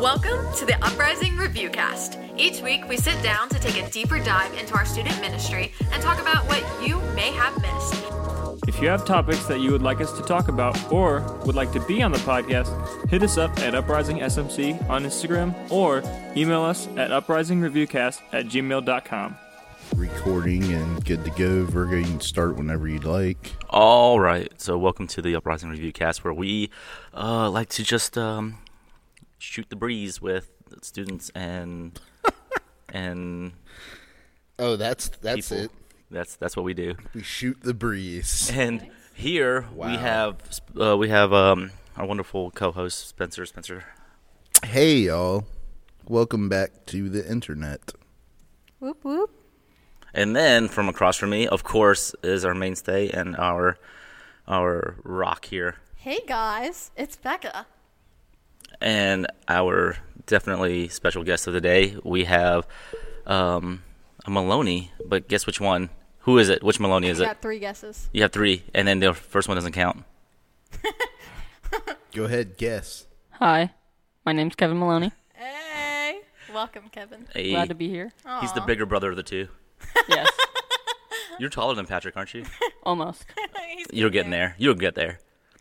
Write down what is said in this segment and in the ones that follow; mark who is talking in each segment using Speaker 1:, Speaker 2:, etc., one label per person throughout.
Speaker 1: Welcome to the Uprising Review Cast. Each week, we sit down to take a deeper dive into our student ministry and talk about what you may have missed.
Speaker 2: If you have topics that you would like us to talk about or would like to be on the podcast, hit us up at Uprising SMC on Instagram or email us at uprisingreviewcast at gmail.com.
Speaker 3: recording and good to go. Virgo, you can start whenever you'd like.
Speaker 4: All right, so welcome to the Uprising Review Cast, where we uh, like to just um, shoot the breeze with students and and
Speaker 3: Oh, that's that's
Speaker 4: people.
Speaker 3: it.
Speaker 4: That's that's what we do.
Speaker 3: We shoot the breeze.
Speaker 4: And here
Speaker 3: Wow.
Speaker 4: we have sp- uh, we have um, our wonderful co-host Spencer. Spencer,
Speaker 3: Hey, y'all. Welcome back to the internet.
Speaker 1: Whoop, whoop.
Speaker 4: and then from across from me, of course, is our mainstay and our our rock here,
Speaker 5: Hey guys, it's Becca.
Speaker 4: and our definitely special guest of the day. We have um, a Maloney, but guess which one? Who is it? Which Maloney is
Speaker 5: I
Speaker 4: it?
Speaker 5: got three guesses.
Speaker 4: You have three, and then the first one doesn't count.
Speaker 3: Go ahead, guess.
Speaker 6: Hi, my name's Kevin Maloney.
Speaker 5: Hey, welcome, Kevin.
Speaker 4: Hey,
Speaker 6: Glad to be here.
Speaker 5: Oh.
Speaker 4: he's the bigger brother of the two.
Speaker 6: Yes,
Speaker 4: You're taller than Patrick, aren't you?
Speaker 6: almost.
Speaker 5: He's
Speaker 4: You're getting there. You'll get there.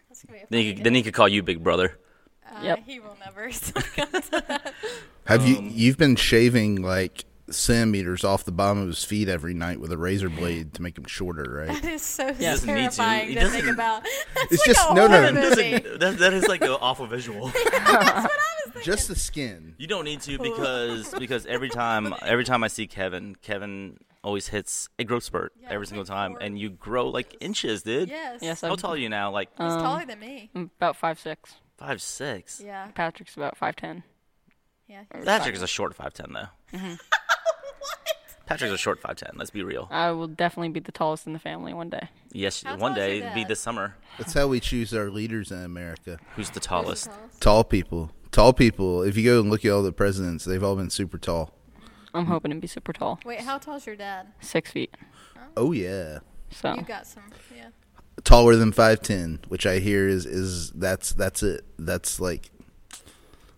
Speaker 5: That's gonna be a
Speaker 4: Then
Speaker 5: funny
Speaker 4: he, could, then he could call you Big Brother.
Speaker 5: guy.
Speaker 6: Yep.
Speaker 5: Uh, He will never. so come to that.
Speaker 3: Have you you've been shaving like centimeters off the bottom of his feet every night with a razor blade to make him shorter, right?
Speaker 5: That is so
Speaker 4: doesn't need to.
Speaker 5: terrifying
Speaker 4: He
Speaker 5: to, think
Speaker 4: doesn't-
Speaker 5: about. That's
Speaker 3: It's
Speaker 5: like
Speaker 3: just-
Speaker 5: a
Speaker 3: no, no,
Speaker 5: horror
Speaker 3: no.
Speaker 5: movie.
Speaker 4: That, that is like an awful visual.
Speaker 3: Just the skin.
Speaker 4: You don't need to because because every time every time I see Kevin, Kevin always hits a growth spurt
Speaker 5: Yeah,
Speaker 4: every
Speaker 5: it's
Speaker 4: single
Speaker 5: like
Speaker 4: time,
Speaker 5: four
Speaker 4: and you grow like inches, dude.
Speaker 5: Yes.
Speaker 6: Yes, um, I'm,
Speaker 4: How tall are you now? Like
Speaker 5: He's taller than me.
Speaker 6: I'm about five six.
Speaker 4: five six.
Speaker 5: Yeah.
Speaker 6: Patrick's about five ten.
Speaker 5: Yeah.
Speaker 4: Patrick is a short five ten though. Patrick's a short five ten. Let's be real.
Speaker 6: I will definitely be the tallest in the family one day.
Speaker 4: Yes,
Speaker 5: How
Speaker 4: one
Speaker 5: tall is
Speaker 4: day
Speaker 5: your
Speaker 4: it'd be
Speaker 5: dad?
Speaker 4: this summer.
Speaker 3: That's how we choose our leaders in America.
Speaker 4: Who's the tallest?
Speaker 3: Tall people. Tall people. If you go and look at all the presidents, they've all been super tall.
Speaker 6: I'm hoping to be super tall,
Speaker 5: Wait, how tall's your dad?
Speaker 6: six feet.
Speaker 3: Oh yeah.
Speaker 6: So
Speaker 5: You got some. Yeah.
Speaker 3: taller than five ten, which I hear is is that's that's it. That's like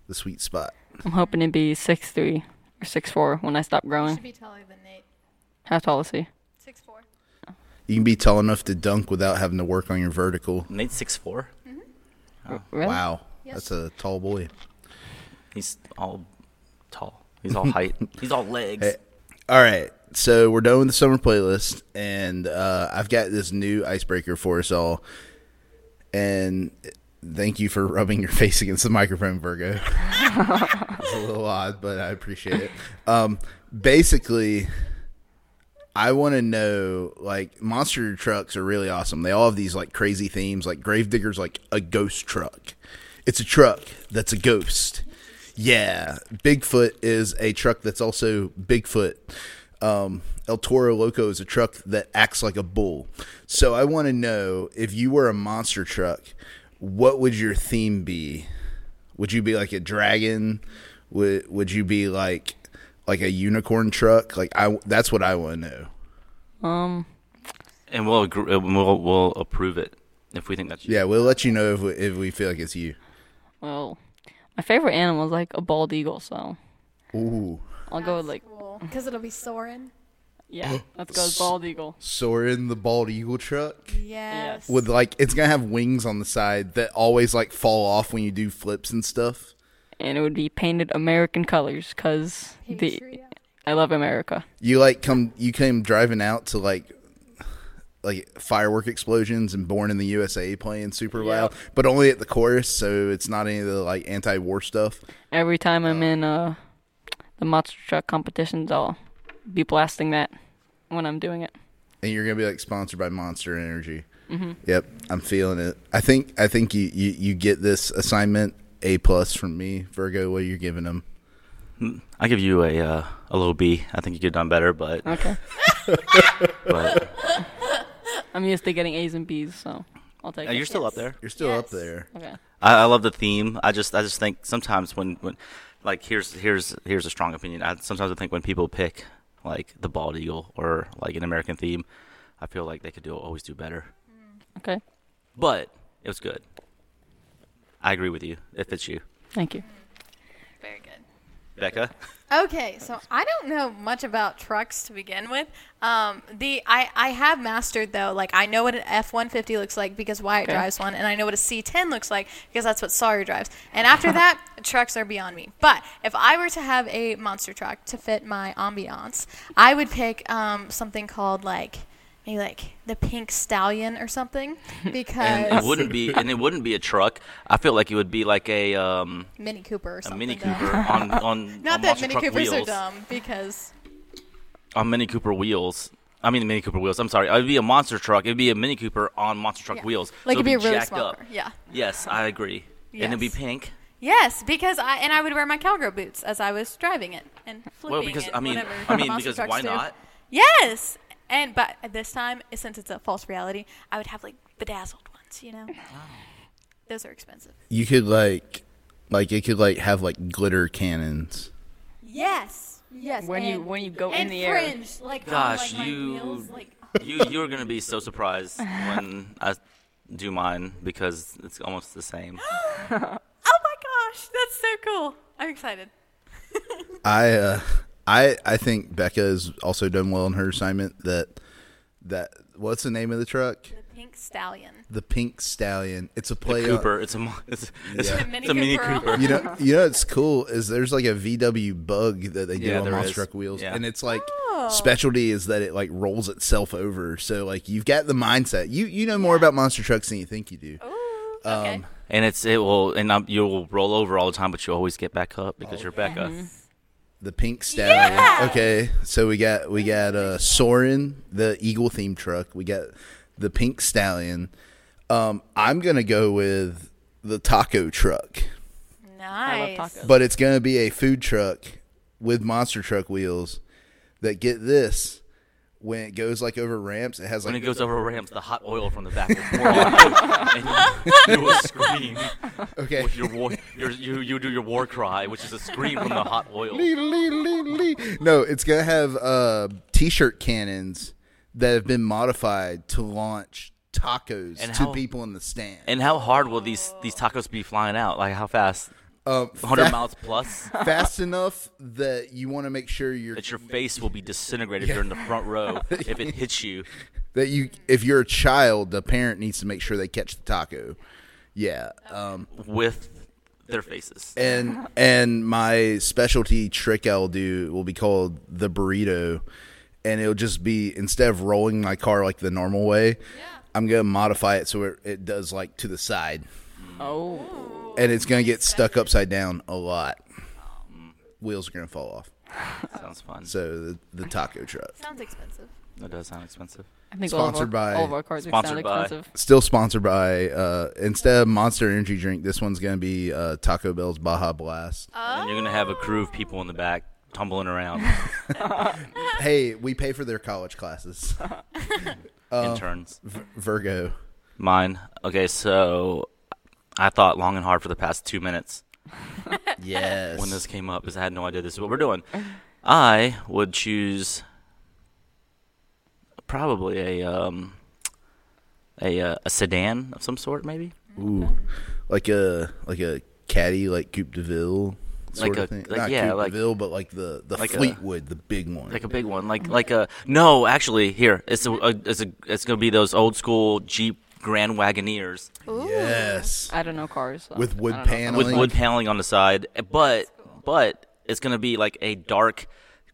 Speaker 3: the sweet spot.
Speaker 6: I'm hoping to be six three or six four when I stop growing.
Speaker 5: Should be taller than Nate.
Speaker 6: How tall is he?
Speaker 5: Six four.
Speaker 3: You can be tall enough to dunk without having to work on your vertical.
Speaker 4: Nate's six four.
Speaker 6: Really?
Speaker 3: Wow, that's a tall boy.
Speaker 4: He's all tall. He's all height. He's all legs.
Speaker 3: All right, so we're done with the summer playlist, and uh, I've got this new icebreaker for us all. And thank you for rubbing your face against the microphone, Virgo. it's a little odd, but I appreciate it. Um, basically, I want to know like monster trucks are really awesome. They all have these like crazy themes. Like Gravedigger's like a ghost truck. It's a truck that's a ghost. Yeah, Bigfoot is a truck that's also Bigfoot. Um, El Toro Loco is a truck that acts like a bull. So I want to know if you were a monster truck, what would your theme be? Would you be like a dragon? Would Would you be like like a unicorn truck? Like I that's what I want to know.
Speaker 4: And we'll agree, and we'll we'll approve it if we think that's
Speaker 3: Yeah, we'll let you know if we, if we feel like it's you.
Speaker 6: Well, my favorite animal is like a bald eagle, so
Speaker 3: Ooh,
Speaker 6: I'll go with like
Speaker 5: Cool. Because it'll be soaring.
Speaker 6: yeah. Let's go with bald eagle.
Speaker 3: Soren the bald eagle truck.
Speaker 5: Yes.
Speaker 3: with like it's gonna have wings on the side that always like fall off when you do flips and stuff.
Speaker 6: And it would be painted American colors, cause the
Speaker 5: Patriot.
Speaker 6: I love America.
Speaker 3: You like come you came driving out to like like firework explosions and Born in the USA playing super loud, but only at the chorus, so it's not any of the like anti-war stuff.
Speaker 6: Every time I'm in uh the monster truck competitions, I'll be blasting that when I'm doing it.
Speaker 3: And you're gonna be like sponsored by Monster Energy. Yep, I'm feeling it. I think I think you you, you get this assignment a plus from me, Virgo. What you're giving them?
Speaker 4: I give you a uh, a little B. I think you could have done better, but
Speaker 6: Okay.
Speaker 4: but
Speaker 6: I'm used to getting A's and B's, so I'll take
Speaker 4: Uh,
Speaker 6: it.
Speaker 4: you're still up there.
Speaker 3: You're still up
Speaker 5: Yes.
Speaker 3: there.
Speaker 6: okay.
Speaker 4: I, I love the theme. I just I just think sometimes when, when like here's here's here's a strong opinion. I sometimes I think when people pick like the bald eagle or like an American theme, I feel like they could do always do better.
Speaker 6: Okay.
Speaker 4: But it was good. I agree with you. It fits you.
Speaker 6: Thank you.
Speaker 5: Very good.
Speaker 4: Becca.
Speaker 5: Okay, so I don't know much about trucks to begin with. Um, the I, I have mastered though, like I know what an F one fifty looks like because Wyatt
Speaker 6: Okay.
Speaker 5: drives one, and I know what a C ten looks like because that's what Sawyer drives. And after that, trucks are beyond me. But if I were to have a monster truck to fit my ambiance, I would pick um, something called like maybe like the pink stallion or something because
Speaker 4: And it wouldn't be and it wouldn't be a truck. I feel like it would be like a um
Speaker 5: Mini Cooper or
Speaker 4: a
Speaker 5: something.
Speaker 4: Mini
Speaker 5: dumb.
Speaker 4: Cooper on on
Speaker 5: Not
Speaker 4: on
Speaker 5: that
Speaker 4: monster
Speaker 5: Mini
Speaker 4: truck
Speaker 5: Coopers
Speaker 4: wheels.
Speaker 5: are dumb because
Speaker 4: on Mini Cooper wheels. I mean Mini Cooper wheels. I'm sorry. It would be a monster truck. It would be a Mini Cooper on monster truck
Speaker 5: yeah.
Speaker 4: wheels. So
Speaker 5: Like it'd be, a really
Speaker 4: jacked
Speaker 5: small
Speaker 4: up.
Speaker 5: car. Yeah.
Speaker 4: Yes, I agree. And it'd be
Speaker 5: Yes.
Speaker 4: pink.
Speaker 5: Yes, because I and I would wear my cowgirl boots as I was driving it and flipping
Speaker 4: Well, because
Speaker 5: and
Speaker 4: I mean,
Speaker 5: whatever
Speaker 4: I mean,
Speaker 5: monster
Speaker 4: because
Speaker 5: trucks
Speaker 4: why
Speaker 5: do.
Speaker 4: not?
Speaker 5: Yes, and but at this time, since it's a false reality, I would have like bedazzled ones. You know, those are expensive.
Speaker 3: You could like, like it could like have like glitter cannons.
Speaker 5: Yes, yes.
Speaker 6: When you
Speaker 5: and-
Speaker 6: when you go in
Speaker 5: and
Speaker 6: the air,
Speaker 5: fringe, like
Speaker 4: Gosh,
Speaker 5: on, like, my
Speaker 4: you-
Speaker 5: wheels, like,
Speaker 4: You you're gonna be so surprised when I do mine because it's almost the same.
Speaker 5: oh my gosh, that's so cool! I'm excited.
Speaker 3: I uh, I I think Becca has also done well in her assignment. That that what's the name of the truck?
Speaker 5: The pink stallion.
Speaker 3: The Pink Stallion. It's a play. on-
Speaker 4: Cooper, it's a mo- it's, it's,
Speaker 3: Yeah.
Speaker 5: The
Speaker 4: it's a Mini Cooper.
Speaker 3: You know, you know what's cool is there's like a VW bug that they do
Speaker 4: Yeah,
Speaker 3: on
Speaker 4: there
Speaker 3: monster
Speaker 4: is.
Speaker 3: truck wheels,
Speaker 4: Yeah.
Speaker 3: and it's like specialty is that it like rolls itself over. So like you've got the mindset. You you know more about monster trucks than you think you do.
Speaker 5: Ooh, okay.
Speaker 4: And it's it will and um, you'll roll over all the time, but you always get back up because you're Becca.
Speaker 5: Mm-hmm.
Speaker 3: The Pink Stallion.
Speaker 5: Yeah!
Speaker 3: Okay, so we got we got uh Soren, the eagle themed truck. We got the Pink Stallion. Um, I'm gonna go with the taco truck.
Speaker 5: nice.
Speaker 6: tacos.
Speaker 3: but it's going to be a food truck with monster truck wheels that get this when it goes like over ramps it has like
Speaker 4: When it goes over ramps, the hot oil from the back will pour on you, and you, you will scream.
Speaker 3: okay
Speaker 4: Your war, your, you you do your war cry, which is a scream from the hot oil.
Speaker 3: Lee, lee, lee, lee. no it's going to have uh t-shirt cannons that have been modified to launch tacos
Speaker 4: And
Speaker 3: to
Speaker 4: how-
Speaker 3: people in the stand
Speaker 4: And how hard will these these tacos be flying out? Like how fast?
Speaker 3: um,
Speaker 4: 100
Speaker 3: fa-
Speaker 4: miles plus.
Speaker 3: fast enough that you want to make sure you're
Speaker 4: that your face will be disintegrated if you're in the front row if it hits you.
Speaker 3: that you if you're a child the parent needs to make sure they catch the taco yeah um
Speaker 4: with their faces.
Speaker 3: and and my specialty trick I'll do will be called the burrito, and it'll just be instead of rolling my car like the normal way, I'm gonna modify it so it, it does like to the side,
Speaker 4: Mm-hmm.
Speaker 6: Oh,
Speaker 3: and it's gonna get stuck upside down a lot. Wheels are gonna fall off.
Speaker 4: Sounds fun.
Speaker 3: So the, the taco truck,
Speaker 5: Sounds expensive.
Speaker 4: That does sound expensive.
Speaker 6: I think all
Speaker 3: Sponsored
Speaker 6: of
Speaker 3: by-
Speaker 6: our, all of our cards are sound
Speaker 4: Sponsored by-
Speaker 6: expensive.
Speaker 3: still sponsored by uh, instead of Monster Energy drink, this one's gonna be uh, Taco Bell's Baja Blast.
Speaker 4: And then you're gonna
Speaker 3: Oh.
Speaker 4: have a crew of people in the back tumbling around.
Speaker 3: Hey, we pay for their college classes. Uh,
Speaker 4: interns.
Speaker 3: Virgo.
Speaker 4: Mine. Okay, so I thought long and hard for the past two minutes
Speaker 3: Yes.
Speaker 4: when this came up because I had no idea this is what we're doing. I would choose probably a um a uh, a sedan of some sort, maybe
Speaker 3: Ooh, like a like a caddy, like Coupe de Ville sort
Speaker 4: Like
Speaker 3: of
Speaker 4: a-
Speaker 3: thing.
Speaker 4: like-
Speaker 3: Not
Speaker 4: yeah,
Speaker 3: Coupe
Speaker 4: like-
Speaker 3: de Ville, but like the the
Speaker 4: Like a-
Speaker 3: Fleetwood, the big one.
Speaker 4: like a big one, like like a no. Actually, here it's a, a it's a it's gonna be those old school Jeep Grand Wagoneers.
Speaker 3: yes,
Speaker 6: I don't know cars. so
Speaker 3: with wood
Speaker 6: I don't know.
Speaker 3: paneling.
Speaker 4: with wood paneling on the side, but but it's gonna be like a dark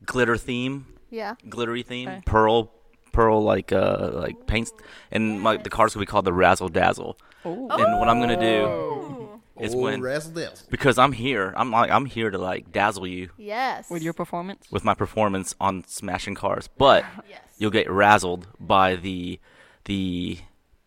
Speaker 4: glitter theme,
Speaker 5: Yeah.
Speaker 4: glittery theme, pearl pearl like uh like paints, and like the car's gonna be called the Razzle Dazzle. And what I'm gonna do is
Speaker 3: Oh,
Speaker 4: when
Speaker 3: razzle dazzle.
Speaker 4: because I'm here, I'm like I'm here to like dazzle you
Speaker 5: Yes.
Speaker 6: With your performance,
Speaker 4: with my performance on smashing cars, but
Speaker 5: yes.
Speaker 4: you'll get razzled by the the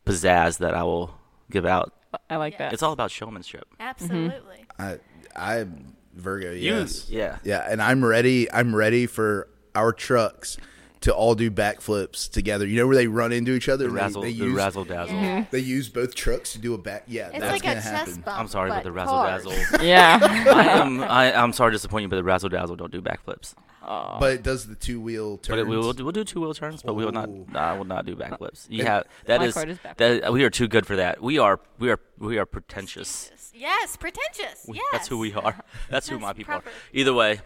Speaker 4: pizzazz that I will give out.
Speaker 6: I like that.
Speaker 4: It's all about showmanship.
Speaker 5: Mm-hmm. Absolutely.
Speaker 3: I, I Virgo. Yes.
Speaker 4: yeah.
Speaker 3: Yeah, and I'm ready. I'm ready for our trucks to all do backflips together. You know where they run into each other. and they-
Speaker 4: Razzle,
Speaker 3: they,
Speaker 4: the
Speaker 3: use,
Speaker 4: razzle dazzle.
Speaker 3: They use both trucks to do a back. Yeah,
Speaker 5: It's
Speaker 3: that's
Speaker 5: like
Speaker 3: gonna
Speaker 5: a
Speaker 3: happen.
Speaker 5: chest bump.
Speaker 4: I'm sorry, but
Speaker 5: but
Speaker 4: the razzle
Speaker 5: cars.
Speaker 4: dazzle.
Speaker 6: yeah.
Speaker 4: I am. I, I'm sorry to disappoint you, but the razzle dazzle don't do backflips.
Speaker 3: But it does the two wheel turn.
Speaker 4: But it, we will. do- We'll do two wheel turns, but we will not.
Speaker 3: Ooh.
Speaker 4: I will not do backflips. You have that
Speaker 6: My
Speaker 4: is,
Speaker 6: card is backflip.
Speaker 4: that we are too good for that. We are. We are. We are pretentious.
Speaker 5: Yes, pretentious.
Speaker 4: We-
Speaker 5: yes.
Speaker 4: That's who we are. That's who
Speaker 5: That's
Speaker 4: my people are.
Speaker 5: proper.
Speaker 4: Either way,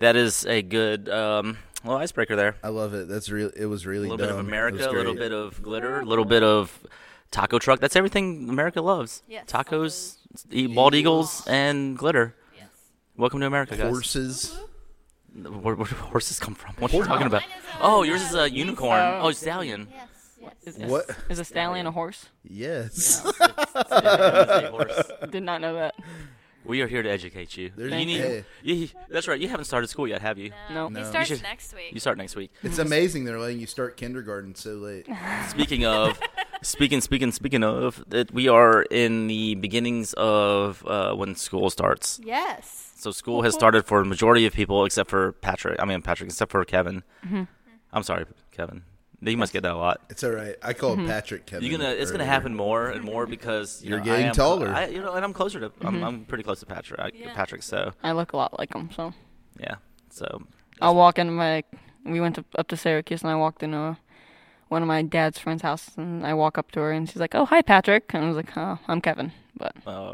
Speaker 4: That is a good um, little icebreaker there.
Speaker 3: I love it. That's real. It was really
Speaker 4: A little bit of
Speaker 3: dumb. It
Speaker 4: America,
Speaker 3: was
Speaker 4: a little
Speaker 3: great.
Speaker 4: bit of glitter, a little bit of taco truck. That's everything America loves.
Speaker 5: Yes.
Speaker 4: Tacos, eat bald eagles, and glitter.
Speaker 5: Yes.
Speaker 4: Welcome to America, guys.
Speaker 3: horses.
Speaker 4: Where, where do horses come from? What are you talking about? Oh, yours is a unicorn. Oh, stallion.
Speaker 5: Yes. Yes.
Speaker 6: Is-
Speaker 3: What?
Speaker 6: Is a stallion a horse?
Speaker 3: Yes.
Speaker 6: Did not know that.
Speaker 4: We are here to educate you.
Speaker 3: There's-
Speaker 4: you need.
Speaker 3: hey.
Speaker 4: you- that's right. You haven't started school yet, have you?
Speaker 6: No.
Speaker 1: He
Speaker 3: No.
Speaker 1: starts
Speaker 4: You should-
Speaker 1: next week.
Speaker 4: You start next week.
Speaker 3: It's amazing they're letting you start kindergarten so late.
Speaker 4: Speaking of, speaking, speaking, speaking of, that we are in the beginnings of uh, when school starts.
Speaker 5: Yes.
Speaker 4: So school has started for the majority of people, except for Patrick. I mean Patrick, except for Kevin.
Speaker 1: Mm-hmm.
Speaker 4: Mm-hmm. I'm sorry, Kevin. You must get that a lot.
Speaker 3: It's all right. I call it Patrick Kevin.
Speaker 4: You're Mm-hmm. gonna. It's gonna
Speaker 3: earlier.
Speaker 4: happen more and more because you
Speaker 3: You're
Speaker 4: know,
Speaker 3: getting
Speaker 4: I am,
Speaker 3: taller.
Speaker 4: I, you know, and I'm closer to.
Speaker 1: Mm-hmm.
Speaker 4: I'm, I'm pretty close to Patrick. I, Patrick. So
Speaker 6: I look a lot like him, so.
Speaker 4: yeah. So
Speaker 6: I'll walk into my. We went to, up to Syracuse, and I walked into a, one of my dad's friend's house, and I walk up to her, and she's like, "Oh, hi, Patrick," and I was like, "Oh, I'm Kevin," but
Speaker 4: uh,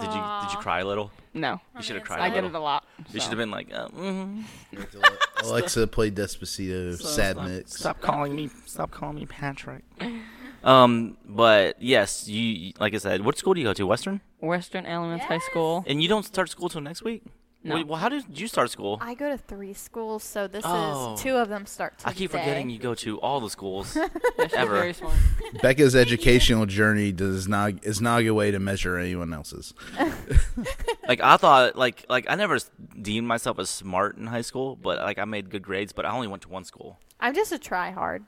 Speaker 4: did you did you cry a little?
Speaker 6: no,
Speaker 4: You should have
Speaker 6: I
Speaker 4: cried a
Speaker 6: get it a
Speaker 4: little.
Speaker 6: lot.
Speaker 4: You should
Speaker 6: so.
Speaker 4: have been like, uh, mm,
Speaker 3: Alexa played Despacito, Sad Mix.
Speaker 4: stop calling me, stop calling me Patrick. um, but yes, you like I said, what school do you go to? Western,
Speaker 6: Western Elements High School.
Speaker 4: and you don't start school till next week.
Speaker 6: No.
Speaker 4: Wait, well, how did you start school?
Speaker 5: I go to three schools, so this
Speaker 4: Oh.
Speaker 5: is two of them start today.
Speaker 4: I keep forgetting you go to all the schools.
Speaker 6: Yeah, she's
Speaker 4: Ever.
Speaker 6: Very smart.
Speaker 3: Becca's educational journey does not is not a way to measure anyone else's.
Speaker 4: like I thought, like like I never s- deemed myself as smart in high school, but like I made good grades, but I only went to one school.
Speaker 5: I'm just a try hard.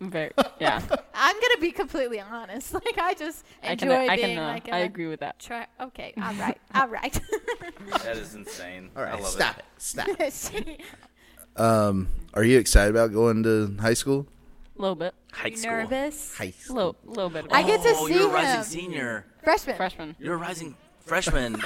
Speaker 6: Very. Yeah.
Speaker 5: I'm gonna be completely honest. Like I just
Speaker 6: I
Speaker 5: enjoy
Speaker 6: can. I
Speaker 5: being
Speaker 6: can. Uh,
Speaker 5: like.
Speaker 6: I
Speaker 5: a
Speaker 6: agree with that.
Speaker 5: Try. Okay. All right. All right.
Speaker 4: That is insane. All right, I love
Speaker 3: stop it. Stop. it.
Speaker 5: She-
Speaker 3: Um, are you excited about going to high school?
Speaker 6: A little bit.
Speaker 4: High
Speaker 5: you
Speaker 4: school.
Speaker 5: nervous?
Speaker 3: High school.
Speaker 6: Little. Little bit.
Speaker 5: I get to
Speaker 4: oh,
Speaker 5: see
Speaker 4: you're a
Speaker 5: him.
Speaker 4: rising senior.
Speaker 5: Freshman.
Speaker 6: freshman.
Speaker 4: You're a rising freshman.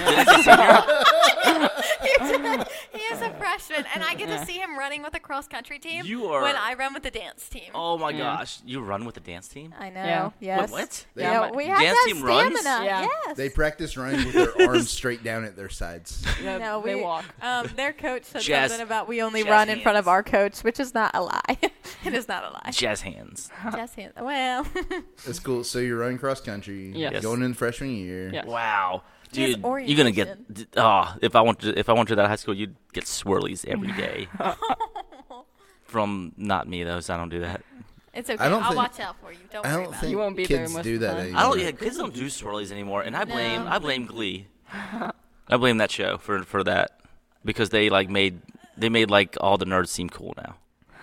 Speaker 1: He is a freshman, and I get to see him running with the cross country team
Speaker 4: You are-
Speaker 1: when I run with the dance team.
Speaker 4: oh my gosh, you run with the dance team.
Speaker 5: I know.
Speaker 6: Yeah. Wait,
Speaker 5: Yes.
Speaker 4: what?
Speaker 5: Yeah,
Speaker 6: Yeah,
Speaker 5: we
Speaker 4: my-
Speaker 5: have to
Speaker 4: Dance
Speaker 5: have
Speaker 4: team
Speaker 5: stamina.
Speaker 4: runs?
Speaker 6: Yeah.
Speaker 5: Yes.
Speaker 3: They practice running with their arms straight down at their sides.
Speaker 6: Yeah,
Speaker 5: no, we
Speaker 6: they walk.
Speaker 5: Um, their coach said
Speaker 4: Jazz-
Speaker 5: something about we only
Speaker 4: jazz
Speaker 5: run in front
Speaker 4: hands.
Speaker 5: of our coach, which is not a lie. it is not a lie.
Speaker 4: Jazz hands.
Speaker 5: Jazz hands. Well,
Speaker 3: That's cool. So you're running cross country.
Speaker 6: Yes.
Speaker 3: Going in freshman year.
Speaker 6: Yes.
Speaker 4: Wow,
Speaker 5: has
Speaker 4: dude, you're gonna get.
Speaker 5: orientation.
Speaker 4: d- Oh, if I went to if I went to that high school, you'd get swirlies every day. From not me though, so I don't do that.
Speaker 5: it's okay.
Speaker 3: I don't
Speaker 5: I'll
Speaker 3: think-
Speaker 5: watch out for you. Don't
Speaker 3: I
Speaker 5: worry
Speaker 3: don't
Speaker 5: about
Speaker 3: think
Speaker 6: You won't be there
Speaker 3: kids
Speaker 6: most
Speaker 3: do
Speaker 6: of the
Speaker 3: that
Speaker 6: time.
Speaker 3: anymore.
Speaker 4: I don't. Yeah, kids don't do swirlies anymore, and I blame I blame Glee. I blame that show for for that because they like made they made like all the nerds seem cool now.
Speaker 5: it.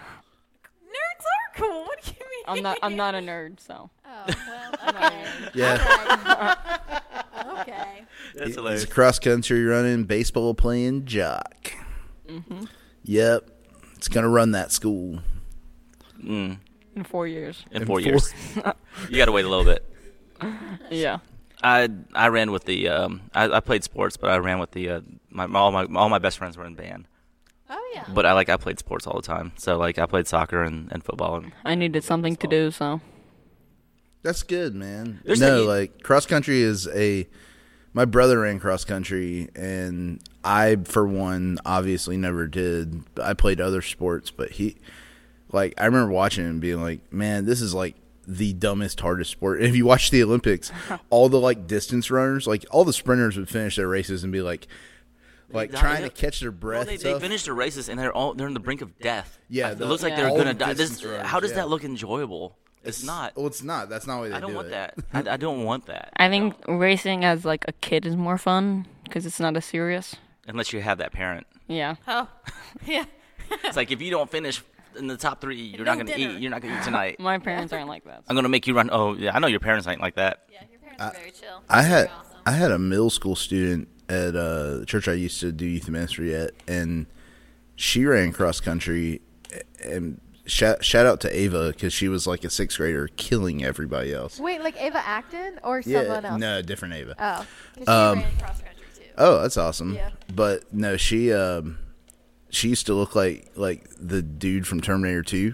Speaker 5: Nerds are cool. What do you mean?
Speaker 6: I'm not. I'm not a nerd, so.
Speaker 7: Oh,
Speaker 3: Yeah.
Speaker 5: okay.
Speaker 4: That's
Speaker 3: He's a cross country running, baseball playing jock.
Speaker 6: Mm-hmm.
Speaker 3: Yep. It's gonna run that school.
Speaker 4: mm.
Speaker 6: In four years.
Speaker 4: In four years, you got to wait a little bit.
Speaker 6: Yeah.
Speaker 4: I I ran with the um I, I played sports, but I ran with the uh, my all my all my best friends were in band.
Speaker 5: Oh yeah.
Speaker 4: But I like I played sports all the time, so like I played soccer and, and football and
Speaker 6: I needed something to do, so.
Speaker 3: That's good, man.
Speaker 4: There's
Speaker 3: no,
Speaker 4: like-
Speaker 3: like cross country is a. My brother ran cross country, and I, for one, obviously never did. I played other sports, but he, like, I remember watching him and being like, "Man, this is like the dumbest, hardest sport." And if you watch the Olympics, all the like distance runners, like all the sprinters, would finish their races and be like, like
Speaker 4: die,
Speaker 3: trying
Speaker 4: yeah.
Speaker 3: to catch their
Speaker 4: Well,
Speaker 3: breath.
Speaker 4: they,
Speaker 3: and
Speaker 4: they
Speaker 3: stuff.
Speaker 4: finished the races and they're all they're on the brink of death.
Speaker 3: Yeah,
Speaker 4: I-
Speaker 3: the-
Speaker 4: it looks like
Speaker 3: Yeah.
Speaker 4: they're
Speaker 3: all
Speaker 4: gonna
Speaker 3: the
Speaker 4: die. This,
Speaker 3: distance runners,
Speaker 4: how does
Speaker 3: yeah.
Speaker 4: that look enjoyable? It's, not.
Speaker 3: Well, it's not. That's not why they
Speaker 4: I don't
Speaker 3: do
Speaker 4: want
Speaker 3: it.
Speaker 4: that. I, I don't want that.
Speaker 6: I think racing as like a kid is more fun because it's not as serious.
Speaker 4: Unless you have that parent.
Speaker 6: Yeah.
Speaker 5: Oh, yeah.
Speaker 4: It's like if you don't finish in the top three, you're not
Speaker 5: No
Speaker 4: gonna
Speaker 5: dinner.
Speaker 4: eat. You're not gonna eat tonight.
Speaker 6: My parents aren't like that.
Speaker 4: I'm gonna make you run. Oh yeah, I know your parents ain't like that.
Speaker 1: Yeah, your parents are very chill.
Speaker 3: I had
Speaker 1: They're awesome.
Speaker 3: I had a middle school student at uh, the church I used to do youth ministry at, and she ran cross country. And shout, shout out to Ava because she was like a sixth grader, killing everybody else.
Speaker 5: Wait, like Ava Acton or someone else?
Speaker 3: no, different Ava.
Speaker 5: Oh.
Speaker 1: 'Cause she
Speaker 3: um,
Speaker 1: ran cross country too.
Speaker 3: Oh, that's awesome.
Speaker 5: Yeah.
Speaker 3: But no, she um she used to look like like the dude from Terminator 2.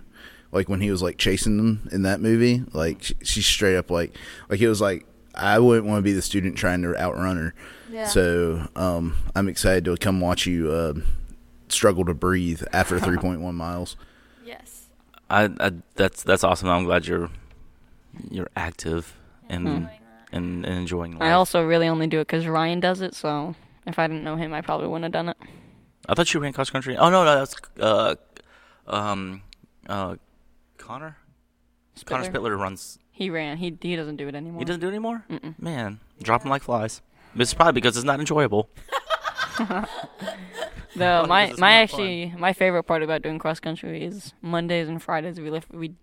Speaker 3: Like when he was like chasing them in that movie, like she, she's straight up like like it was like I wouldn't want to be the student trying to outrun her.
Speaker 5: Yeah.
Speaker 3: So, um I'm excited to come watch you uh, struggle to breathe after 3.1 miles.
Speaker 5: Yes.
Speaker 4: I, I that's that's awesome. I'm glad you're you're active and and, and enjoying life.
Speaker 6: Hmm. I also really only do it because Ryan does it. So if I didn't know him, I probably wouldn't have done it.
Speaker 4: I thought you ran cross country. Oh no, no, that's uh, um, uh, Connor. Connor
Speaker 6: Spittler.
Speaker 4: Spittler runs.
Speaker 6: He ran. He he doesn't do it anymore.
Speaker 4: He doesn't do it anymore. Man, dropping like flies. It's probably because it's not enjoyable.
Speaker 6: The my
Speaker 4: it's
Speaker 6: my
Speaker 4: not
Speaker 6: actually my favorite part about doing cross country is Mondays and Fridays we lift we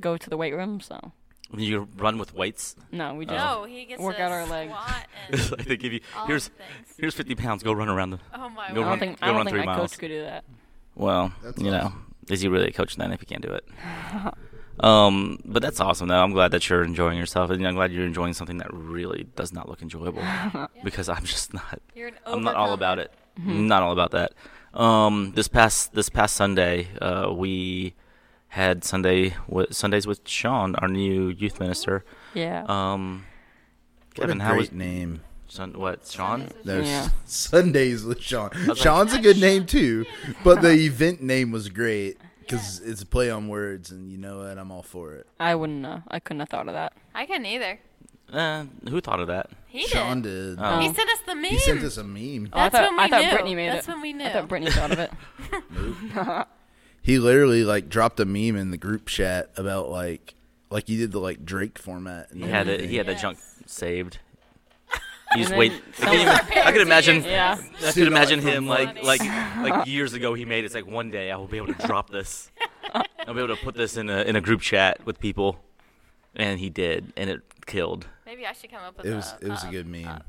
Speaker 6: go to the weight room. So
Speaker 4: When you run with weights,
Speaker 6: no,
Speaker 4: Oh.
Speaker 3: uh,
Speaker 6: we just
Speaker 5: No, he gets
Speaker 6: Work
Speaker 5: to
Speaker 6: out our legs.
Speaker 5: squat and
Speaker 4: it's like they give you
Speaker 6: Oh.
Speaker 5: all the
Speaker 4: here's
Speaker 5: things.
Speaker 4: here's 50 pounds. Go run around the.
Speaker 5: Oh my
Speaker 4: Go
Speaker 5: word.
Speaker 6: I don't
Speaker 4: run-
Speaker 6: think
Speaker 4: go
Speaker 6: I don't
Speaker 4: run
Speaker 6: think
Speaker 4: three
Speaker 6: my
Speaker 4: miles. Uh.
Speaker 6: coach could do that.
Speaker 4: Well, you know, is he really a coach then if he can't do it? um, but that's awesome though. I'm glad that you're enjoying yourself, and I'm glad you're enjoying something that really does not look enjoyable because I'm just not.
Speaker 5: You're an
Speaker 4: I'm not all
Speaker 5: overcomer.
Speaker 4: about it. Mm-hmm. Not all about that. Um, this past this past Sunday, uh, we had Sunday with, Sundays with Sean, our new youth minister.
Speaker 6: Yeah.
Speaker 4: Um,
Speaker 3: What
Speaker 4: Kevin,
Speaker 3: a
Speaker 4: how
Speaker 3: great
Speaker 4: was
Speaker 3: name.
Speaker 4: Sun, what Sean?
Speaker 3: Those
Speaker 6: Yeah.
Speaker 3: Sundays with Sean. Sean's a good name too, but the event name was great because it's a play on words, and you know what? I'm all for it.
Speaker 6: I wouldn't know. I couldn't have thought of that.
Speaker 5: I couldn't either.
Speaker 4: Eh, who thought of that?
Speaker 5: He
Speaker 3: Sean
Speaker 5: did.
Speaker 3: did.
Speaker 5: He
Speaker 4: Oh.
Speaker 5: sent us the meme.
Speaker 3: He sent us a meme.
Speaker 6: I
Speaker 5: That's
Speaker 6: thought,
Speaker 5: when we
Speaker 6: I thought
Speaker 5: knew.
Speaker 6: Brittany made
Speaker 5: That's
Speaker 6: it.
Speaker 5: when we knew.
Speaker 6: I thought Brittany thought of it.
Speaker 3: He literally like dropped a meme in the group chat about like like you did the like Drake format. And
Speaker 4: He had it. He had that junk saved. He just
Speaker 6: then
Speaker 4: wait. I can, even, I can imagine.
Speaker 6: yeah.
Speaker 4: I
Speaker 3: Sooner
Speaker 4: could
Speaker 3: or
Speaker 4: imagine
Speaker 3: later.
Speaker 4: him like like like years ago. He made it. it's like one day I will be able to drop this. I'll be able to put this in a in a group chat with people, and he did, and it killed.
Speaker 5: Maybe I should come up with
Speaker 3: It was
Speaker 5: a,
Speaker 3: it was
Speaker 5: a,
Speaker 3: a good
Speaker 4: Uh,
Speaker 3: meme.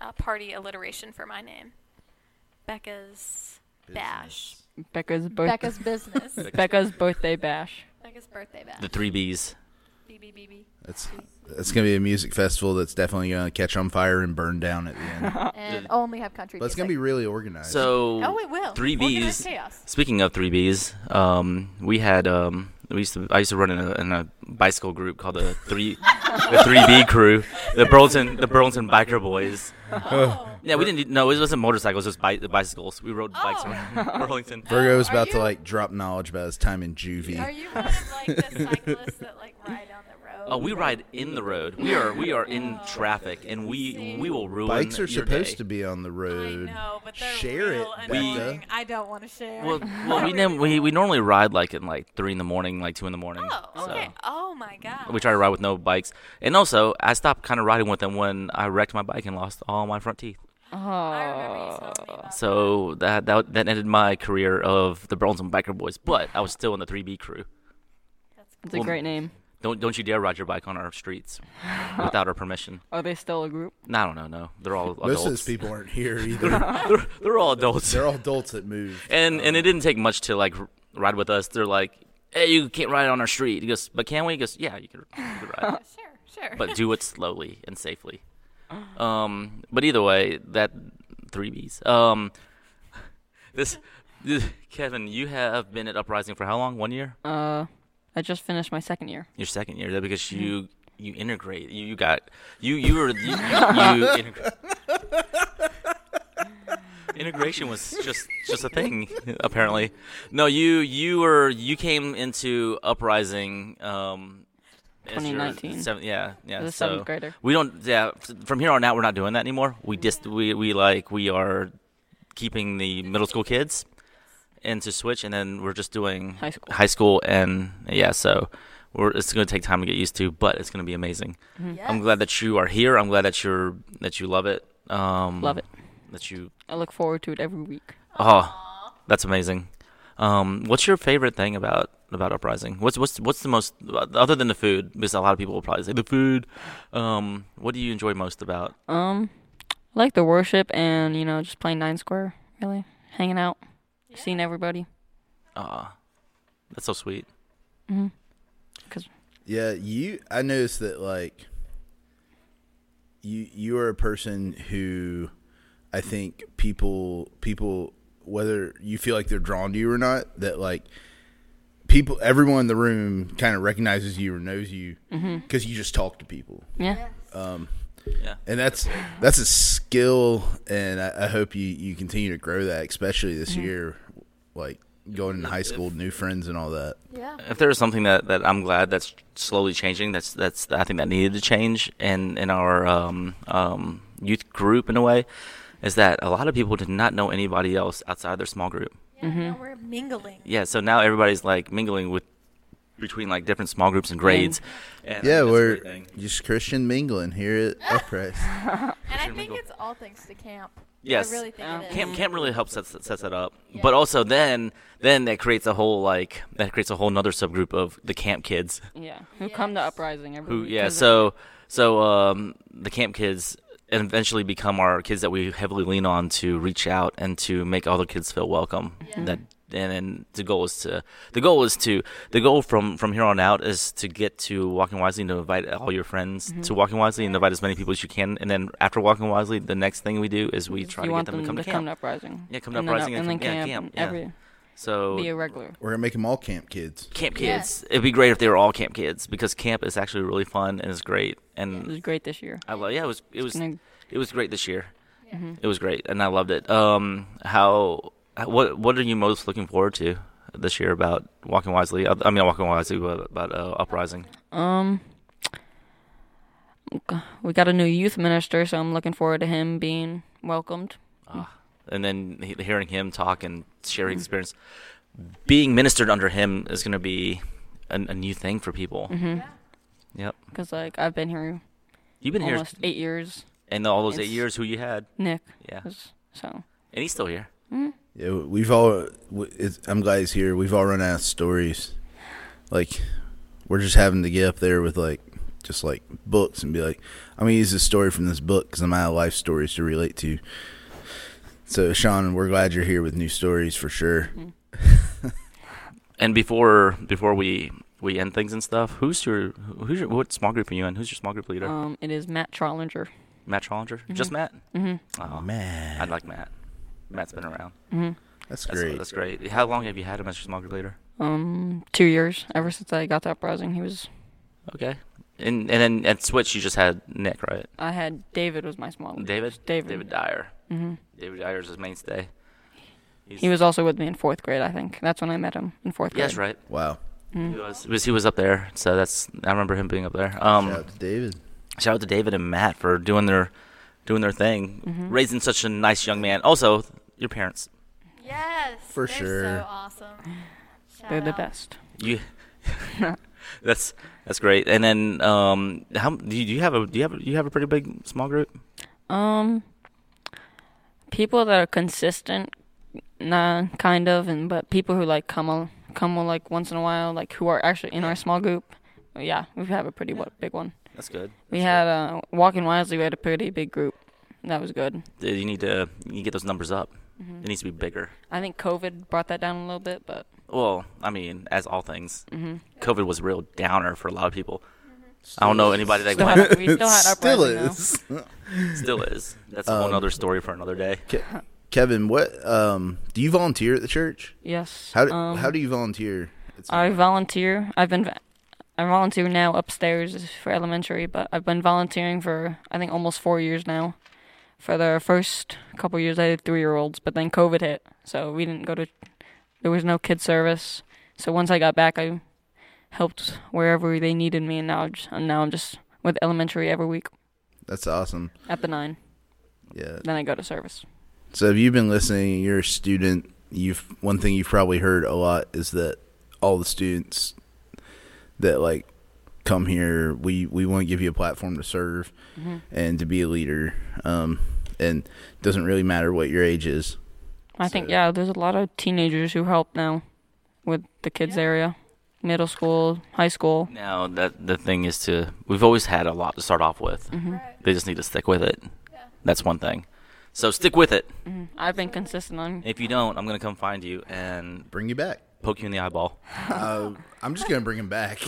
Speaker 5: a party alliteration for my name. Becca's bash.
Speaker 6: Becca's birth-
Speaker 5: Becca's business.
Speaker 6: Becca's birthday bash.
Speaker 5: Becca's birthday bash.
Speaker 4: The three B's.
Speaker 5: BBBB.
Speaker 3: That's that's gonna be a music festival that's definitely gonna catch on fire and burn down at the end.
Speaker 5: And only have country.
Speaker 3: but it's gonna be really organized.
Speaker 4: So
Speaker 5: Oh, it will.
Speaker 4: Three
Speaker 5: Organized
Speaker 4: B's.
Speaker 5: chaos.
Speaker 4: Speaking of three B's, um, we had um, we used to I used to run in a, in a bicycle group called the three the three B crew, the Burlington the Burlington Biker Boys.
Speaker 5: Oh.
Speaker 4: Yeah, we didn't no, it wasn't motorcycles, it was bi- the bicycles. We rode bikes
Speaker 5: Oh.
Speaker 4: around Burlington.
Speaker 3: Virgo was
Speaker 5: Are
Speaker 3: about to
Speaker 5: you-
Speaker 3: like drop knowledge about his time in juvie.
Speaker 5: Are you one of like the cyclists that like ride on the road?
Speaker 4: Oh, we ride in the road. We are we are in traffic, and we we will ruin.
Speaker 3: Bikes are
Speaker 4: your
Speaker 3: supposed
Speaker 4: day.
Speaker 3: to be on the
Speaker 5: I
Speaker 3: road.
Speaker 5: know, but they're
Speaker 3: Share
Speaker 5: real
Speaker 3: it,
Speaker 5: annoying.
Speaker 3: Becca.
Speaker 5: I don't want to share.
Speaker 4: Well, well we, nem- we we normally ride like in like three in the morning, like two in the morning.
Speaker 5: oh, okay. Oh my god.
Speaker 4: we try to ride with no bikes. And also, I stopped kind of riding with them when I wrecked my bike and lost all my front teeth.
Speaker 5: I remember you telling me about
Speaker 4: So that that, that ended my career of the Burlington Biker Boys, but I was still in the 3B crew.
Speaker 6: It's a great name.
Speaker 4: Don't don't you dare ride your bike on our streets without our permission.
Speaker 6: Are they still a group?
Speaker 4: No, I don't know. No, they're all adults.
Speaker 3: Most of those people aren't here either.
Speaker 4: they're, they're all adults.
Speaker 3: They're all adults that move.
Speaker 4: and and it didn't take much to like r- ride with us. They're like, "Hey, you can't ride on our street." He goes, "But can we?" He goes, "Yeah, you can, you can ride."
Speaker 5: Sure, sure.
Speaker 4: but do it slowly and safely. Um, but either way, that three B's. Um, this, this Kevin, you have been at Uprising for how long? One year?
Speaker 6: Uh, I just finished my second year.
Speaker 4: Your second year, though, because
Speaker 6: Mm-hmm.
Speaker 4: you you integrate. You, you got you you were you, you, you integra- Integration was just just a thing, apparently. No, you you were you came into uprising. Um, as your
Speaker 6: 2019.
Speaker 4: seventh- yeah, yeah.
Speaker 6: As a
Speaker 4: so
Speaker 6: seventh grader.
Speaker 4: We don't. Yeah. From here on out, we're not doing that anymore. We just we we like we are keeping the middle school kids and to switch, and then we're just doing
Speaker 6: High school.
Speaker 4: high school, and yeah, so we're, it's going to take time to get used to, but it's going to be amazing.
Speaker 6: Mm-hmm.
Speaker 4: I'm glad that you are here. I'm glad that you're that you love it. Um,
Speaker 6: Love it.
Speaker 4: That you.
Speaker 6: I look forward to it every week.
Speaker 4: Oh, that's amazing. Um, what's your favorite thing about about uprising? What's what's what's the most other than the food? Because a lot of people will probably say the food. Um, what do you enjoy most about?
Speaker 6: Um, I like the worship and you know just playing nine square. Really hanging out, seeing everybody.
Speaker 4: Ah, that's so sweet.
Speaker 6: Cause
Speaker 3: Yeah, you. I noticed that like you you are a person who I think people people whether you feel like they're drawn to you or not that like people everyone in the room kind of recognizes you or knows you because
Speaker 4: Mm-hmm.
Speaker 3: you just talk to people Um,
Speaker 6: yeah,
Speaker 3: and that's that's a skill and I, I hope you you continue to grow that especially this year like going into high school, new friends, and all that.
Speaker 5: Yeah.
Speaker 4: if there is something that, that I'm glad that's slowly changing, that's that's I think that needed to change in in our um, um, youth group in a way, is that a lot of people did not know anybody else outside their small group.
Speaker 5: Now we're mingling.
Speaker 4: Yeah, so now everybody's like mingling with between like different small groups and grades.
Speaker 3: Yeah,
Speaker 4: And I think that's a great
Speaker 3: we're
Speaker 4: thing.
Speaker 3: just Christian mingling here at Uprise.
Speaker 5: And I think
Speaker 4: mingle.
Speaker 5: it's all thanks to camp.
Speaker 4: Yes.
Speaker 5: I really think it is.
Speaker 4: Camp camp really helps sets sets that up, but also then then that creates a whole like that creates a whole nother subgroup of the camp kids
Speaker 6: Yeah, who come to uprising every
Speaker 4: who
Speaker 6: week
Speaker 4: yeah
Speaker 6: 'cause of-
Speaker 4: so so um the camp kids eventually become our kids that we heavily lean on to reach out and to make other kids feel welcome that and then the goal is to the goal is to the goal from from here on out is to get to walking wisely and to invite all your friends
Speaker 6: Mm-hmm.
Speaker 4: to walking wisely and invite as many people as you can and then after walking wisely the next thing we do is we try
Speaker 6: you
Speaker 4: to get
Speaker 6: want
Speaker 4: them, to come to camp
Speaker 6: come to uprising.
Speaker 4: Yeah, come to
Speaker 6: and
Speaker 4: Uprising
Speaker 6: then,
Speaker 4: and
Speaker 6: up-
Speaker 4: come- yeah,
Speaker 6: and then
Speaker 4: camp,
Speaker 6: camp.
Speaker 4: yeah.
Speaker 6: Every
Speaker 4: so
Speaker 6: be a regular.
Speaker 3: We're gonna make them all camp kids.
Speaker 4: camp kids
Speaker 5: Yes.
Speaker 4: it'd be great if they were all camp kids because camp is actually really fun and it's great and
Speaker 6: It was great this year.
Speaker 4: I love. Yeah, it was. It was.
Speaker 6: gonna-
Speaker 4: It was great this year.
Speaker 6: Mm-hmm.
Speaker 4: It was great, and I loved it. Um, how? What? What are you most looking forward to this year about Walking Wisely? I, I mean, Walking Wisely, but about uh, Uprising.
Speaker 6: Um, we got a new youth minister, so I'm looking forward to him being welcomed.
Speaker 4: and then he- hearing him talk and sharing
Speaker 6: Mm-hmm.
Speaker 4: experience, being ministered under him is going to be a, a new thing for people.
Speaker 6: Mm-hmm.
Speaker 4: Yep,
Speaker 6: Because like I've been here
Speaker 4: you've been
Speaker 6: almost
Speaker 4: here,
Speaker 6: eight years,
Speaker 4: and all those eight
Speaker 6: it's-
Speaker 4: years, who you had,
Speaker 6: Nick.
Speaker 4: Yeah.
Speaker 6: is- So
Speaker 4: and he's still here.
Speaker 3: Yeah, we've all. w- It's, I'm glad he's here. We've all run out of stories. Like, we're just having to get up there with like, just like books and be like, I'm gonna use this story from this book because I'm out of life stories to relate to. So, Sean, we're glad you're here with new stories for sure.
Speaker 4: And before before we we end things and stuff, who's your who's your what small group are you in? Who's your small group leader?
Speaker 6: um, it is Matt Trollinger.
Speaker 4: Matt Trollinger? Just Matt? Mm-hmm. Oh,
Speaker 3: Man,
Speaker 4: I like Matt. Matt's been around.
Speaker 3: that's
Speaker 4: That's
Speaker 3: great.
Speaker 4: That's great. How long have you had him as your small group leader?
Speaker 6: Um, two years ever since I got to uprising, he was.
Speaker 4: Okay. And and then at Switch you just had Nick, right?
Speaker 6: I had David was my small. leader.
Speaker 4: David.
Speaker 6: David.
Speaker 4: David Dyer. Mm-hmm. David Dyer's his mainstay.
Speaker 6: He was also with me in fourth grade. I think that's when I met him in fourth grade.
Speaker 4: Yes, right.
Speaker 3: Wow.
Speaker 6: Mm-hmm.
Speaker 4: He was, he was he was up there. So that's I remember him being up there. Um,
Speaker 3: Shout out to David.
Speaker 4: shout out to David and Matt for doing their doing their thing,
Speaker 6: Mm-hmm.
Speaker 4: raising such a nice young man. Also, your parents.
Speaker 5: Yes.
Speaker 3: For
Speaker 5: they're
Speaker 3: sure.
Speaker 5: So awesome. Shout
Speaker 6: They're the
Speaker 5: out.
Speaker 6: best.
Speaker 4: You. that's that's great. And then um, how do you, do you have a do you have a, you have a pretty big small group?
Speaker 6: Um, people that are consistent, nah, kind of, and but people who like come on, come on, like once in a while, like who are actually in our small group. Yeah, we have a pretty wa- big one.
Speaker 4: That's good.
Speaker 6: We had uh, walking wisely. We had a pretty big group. That was good.
Speaker 4: Dude, you need to you need to get those numbers up.
Speaker 6: Mm-hmm.
Speaker 4: It needs to be bigger.
Speaker 6: I think COVID brought that down a little bit, but
Speaker 4: Well, I mean, as all things,
Speaker 6: Mm-hmm.
Speaker 4: COVID was a real downer for a lot of people. I don't know anybody that
Speaker 6: still had, we still had
Speaker 3: Still
Speaker 6: uprising, though.
Speaker 3: is.
Speaker 4: still is. That's a whole other story for another day.
Speaker 3: Ke- Kevin, what um do you volunteer at the church?
Speaker 6: Yes.
Speaker 3: How do,
Speaker 6: um,
Speaker 3: how do you volunteer? It's,
Speaker 6: I volunteer. I've been I volunteer now upstairs for elementary, but I've been volunteering for I think almost four years now. For the first couple years, I had three year olds, but then COVID hit, so we didn't go to. There was no kid service, so once I got back, I helped wherever they needed me, and now I'm just, and now I'm just with elementary every week
Speaker 3: that's awesome.
Speaker 6: at the nine.
Speaker 3: Yeah.
Speaker 6: Then I go to service.
Speaker 3: So if you've been listening, you're a student. You've one thing you've probably heard a lot is that all the students that like come here, we we want to give you a platform to serve and to be a leader. Um, and it doesn't really matter what your age is.
Speaker 6: I think yeah, there's a lot of teenagers who help now with the kids area, middle school, high school.
Speaker 4: Now that the thing is to we've always had a lot to start off with.
Speaker 6: Mm-hmm.
Speaker 4: They just need to stick with it. That's one thing. So stick with it.
Speaker 6: I've been consistent on.
Speaker 4: If you don't, I'm gonna come find you and
Speaker 3: Bring you back.
Speaker 4: poke you in the eyeball
Speaker 3: I'm just gonna bring him back.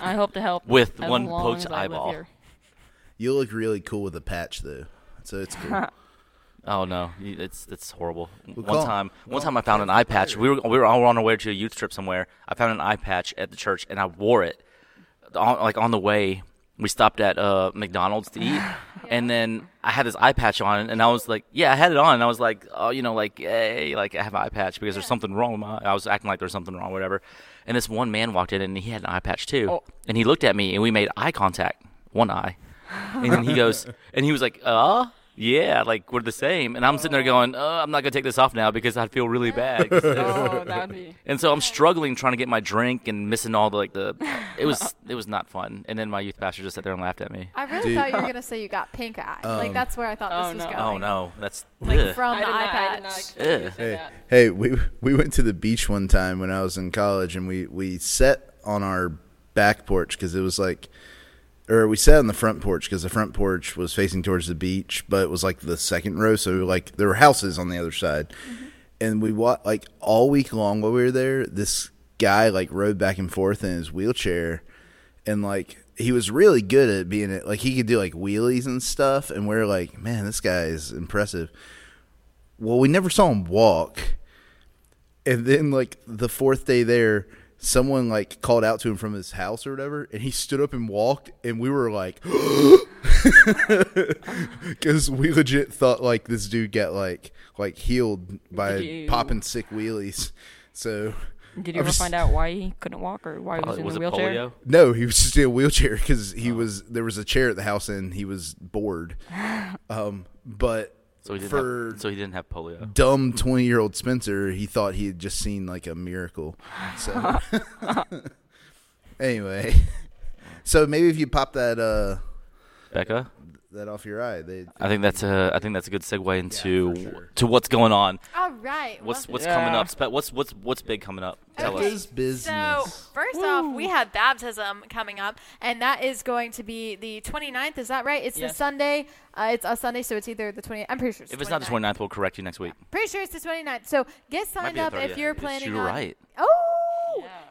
Speaker 6: I hope to help
Speaker 4: with
Speaker 6: as
Speaker 4: one
Speaker 6: long
Speaker 4: poked
Speaker 6: as I live
Speaker 4: eyeball.
Speaker 6: here.
Speaker 3: You look really cool with a patch though, so it's cool.
Speaker 4: Oh no, You- it's it's horrible. one
Speaker 3: call-
Speaker 4: time, one time I found an eye patch. We were we were all on our way to a youth trip somewhere. I found an eye patch at the church and I wore it on, like on the way we stopped at uh, McDonald's to eat, and then I had this eye patch on, and I was like, yeah, I had it on, and I was like, oh, you know, like, hey, like I have an eye patch because there's something wrong with my. I was acting like there's something wrong, whatever. And this one man walked in, and he had an eye patch too,
Speaker 6: Oh.
Speaker 4: and he looked at me, and we made eye contact, one eye, and then he goes, and he was like, uh. Yeah, like we're the same, and I'm sitting there going, uh, I'm not gonna take this off now because I feel really bad. 'cause
Speaker 6: Oh, that would be.
Speaker 4: and so I'm struggling trying to get my drink and missing all the like the. It was it was not fun. And then my youth pastor just sat there and laughed at me.
Speaker 7: I really
Speaker 3: Dude.
Speaker 7: thought you were gonna say you got pink eye. like that's where I thought
Speaker 6: oh,
Speaker 7: this was
Speaker 6: no.
Speaker 7: going.
Speaker 4: Oh no, that's
Speaker 7: Like
Speaker 4: ugh.
Speaker 7: from
Speaker 6: I
Speaker 7: the
Speaker 6: did not, I
Speaker 7: eye
Speaker 6: did not
Speaker 7: patch.
Speaker 6: expect you to say
Speaker 4: Ugh.
Speaker 6: that.
Speaker 3: Hey, we we went to the beach one time when I was in college, and we we sat on our back porch because it was like, or we sat on the front porch because the front porch was facing towards the beach, but it was like the second row, so like there were houses on the other side, and we wa like all week long while we were there, this guy like rode back and forth in his wheelchair, and like he was really good at being it like he could do like wheelies and stuff, and we're like, man, this guy is impressive. Well, we never saw him walk. And then like the fourth day there, someone like called out to him from his house or whatever, and he stood up and walked, and we were like, because we legit thought like this dude got like like healed by
Speaker 6: Ew.
Speaker 3: popping sick wheelies. So
Speaker 6: Did
Speaker 3: I
Speaker 6: you ever
Speaker 3: was-
Speaker 6: find out why he couldn't walk or why he was
Speaker 4: Probably-
Speaker 6: in
Speaker 4: was
Speaker 6: the
Speaker 4: it
Speaker 6: wheelchair?
Speaker 4: polio?
Speaker 3: no, he was just in a wheelchair because he was there was a chair at the house and he was bored. Um, but
Speaker 4: So he didn't
Speaker 3: for Mm.
Speaker 4: have, so he didn't have polio.
Speaker 3: dumb twenty year old Spencer, he thought he had just seen like a miracle. So anyway, so maybe if you pop that uh
Speaker 4: Becca,
Speaker 3: that off your eye, they
Speaker 4: I think that's a I think that's a good segue into to what's going on.
Speaker 7: All right.
Speaker 4: What's
Speaker 7: well,
Speaker 4: what's coming
Speaker 6: Yeah.
Speaker 4: up? Spe- What's what's what's big coming up? Tell
Speaker 7: Okay.
Speaker 3: Becca's
Speaker 4: us.
Speaker 3: business.
Speaker 7: So first off, we have baptism coming up, and that is going to be the 29th. Is that right? It's the
Speaker 6: Yes.
Speaker 7: Sunday. Uh, it's a Sunday, so it's either the 28th. I'm pretty sure. It's
Speaker 4: If it's not the 29th, we'll correct you next week.
Speaker 7: pretty sure it's the 29th. So get
Speaker 4: Might
Speaker 7: signed
Speaker 4: be the
Speaker 7: up if
Speaker 4: 30th.
Speaker 7: you're
Speaker 4: Yes,
Speaker 7: planning.
Speaker 4: you're
Speaker 7: on,
Speaker 4: right.
Speaker 7: Oh,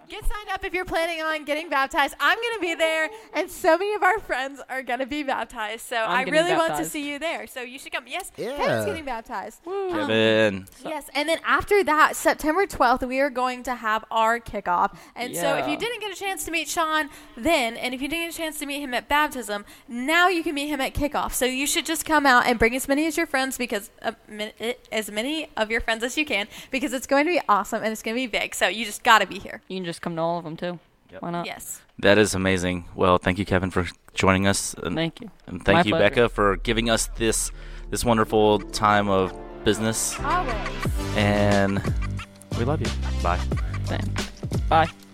Speaker 7: get signed up if you're planning on getting baptized. I'm gonna be there, and so many of our friends are gonna be baptized. So i
Speaker 6: getting
Speaker 7: really want to
Speaker 6: baptized.
Speaker 7: see you there. So you should come. Yes,
Speaker 3: Yeah.
Speaker 7: Kevin's getting baptized.
Speaker 4: Kevin,
Speaker 7: Yes, and then after that, September 12th, we are going to have our kickoff. And so if
Speaker 6: Yeah.
Speaker 7: you didn't get a chance to meet Sean then, and if you didn't get a chance to meet him at baptism, now you can meet him at kickoff. So you should just come out and bring as many as your friends because uh, min- it- as many of your friends as you can because it's going to be awesome and it's going to be big. So you just got to be here.
Speaker 6: You can just come to all of them too. Why not?
Speaker 7: Yes.
Speaker 4: that is amazing. Well, thank you, Kevin, for joining us. And
Speaker 6: Thank you.
Speaker 4: And thank
Speaker 6: My
Speaker 4: you,
Speaker 6: pleasure.
Speaker 4: Becca, for giving us this this wonderful time of business.
Speaker 7: Always.
Speaker 4: And we love you. Bye.
Speaker 6: Thanks. Bye.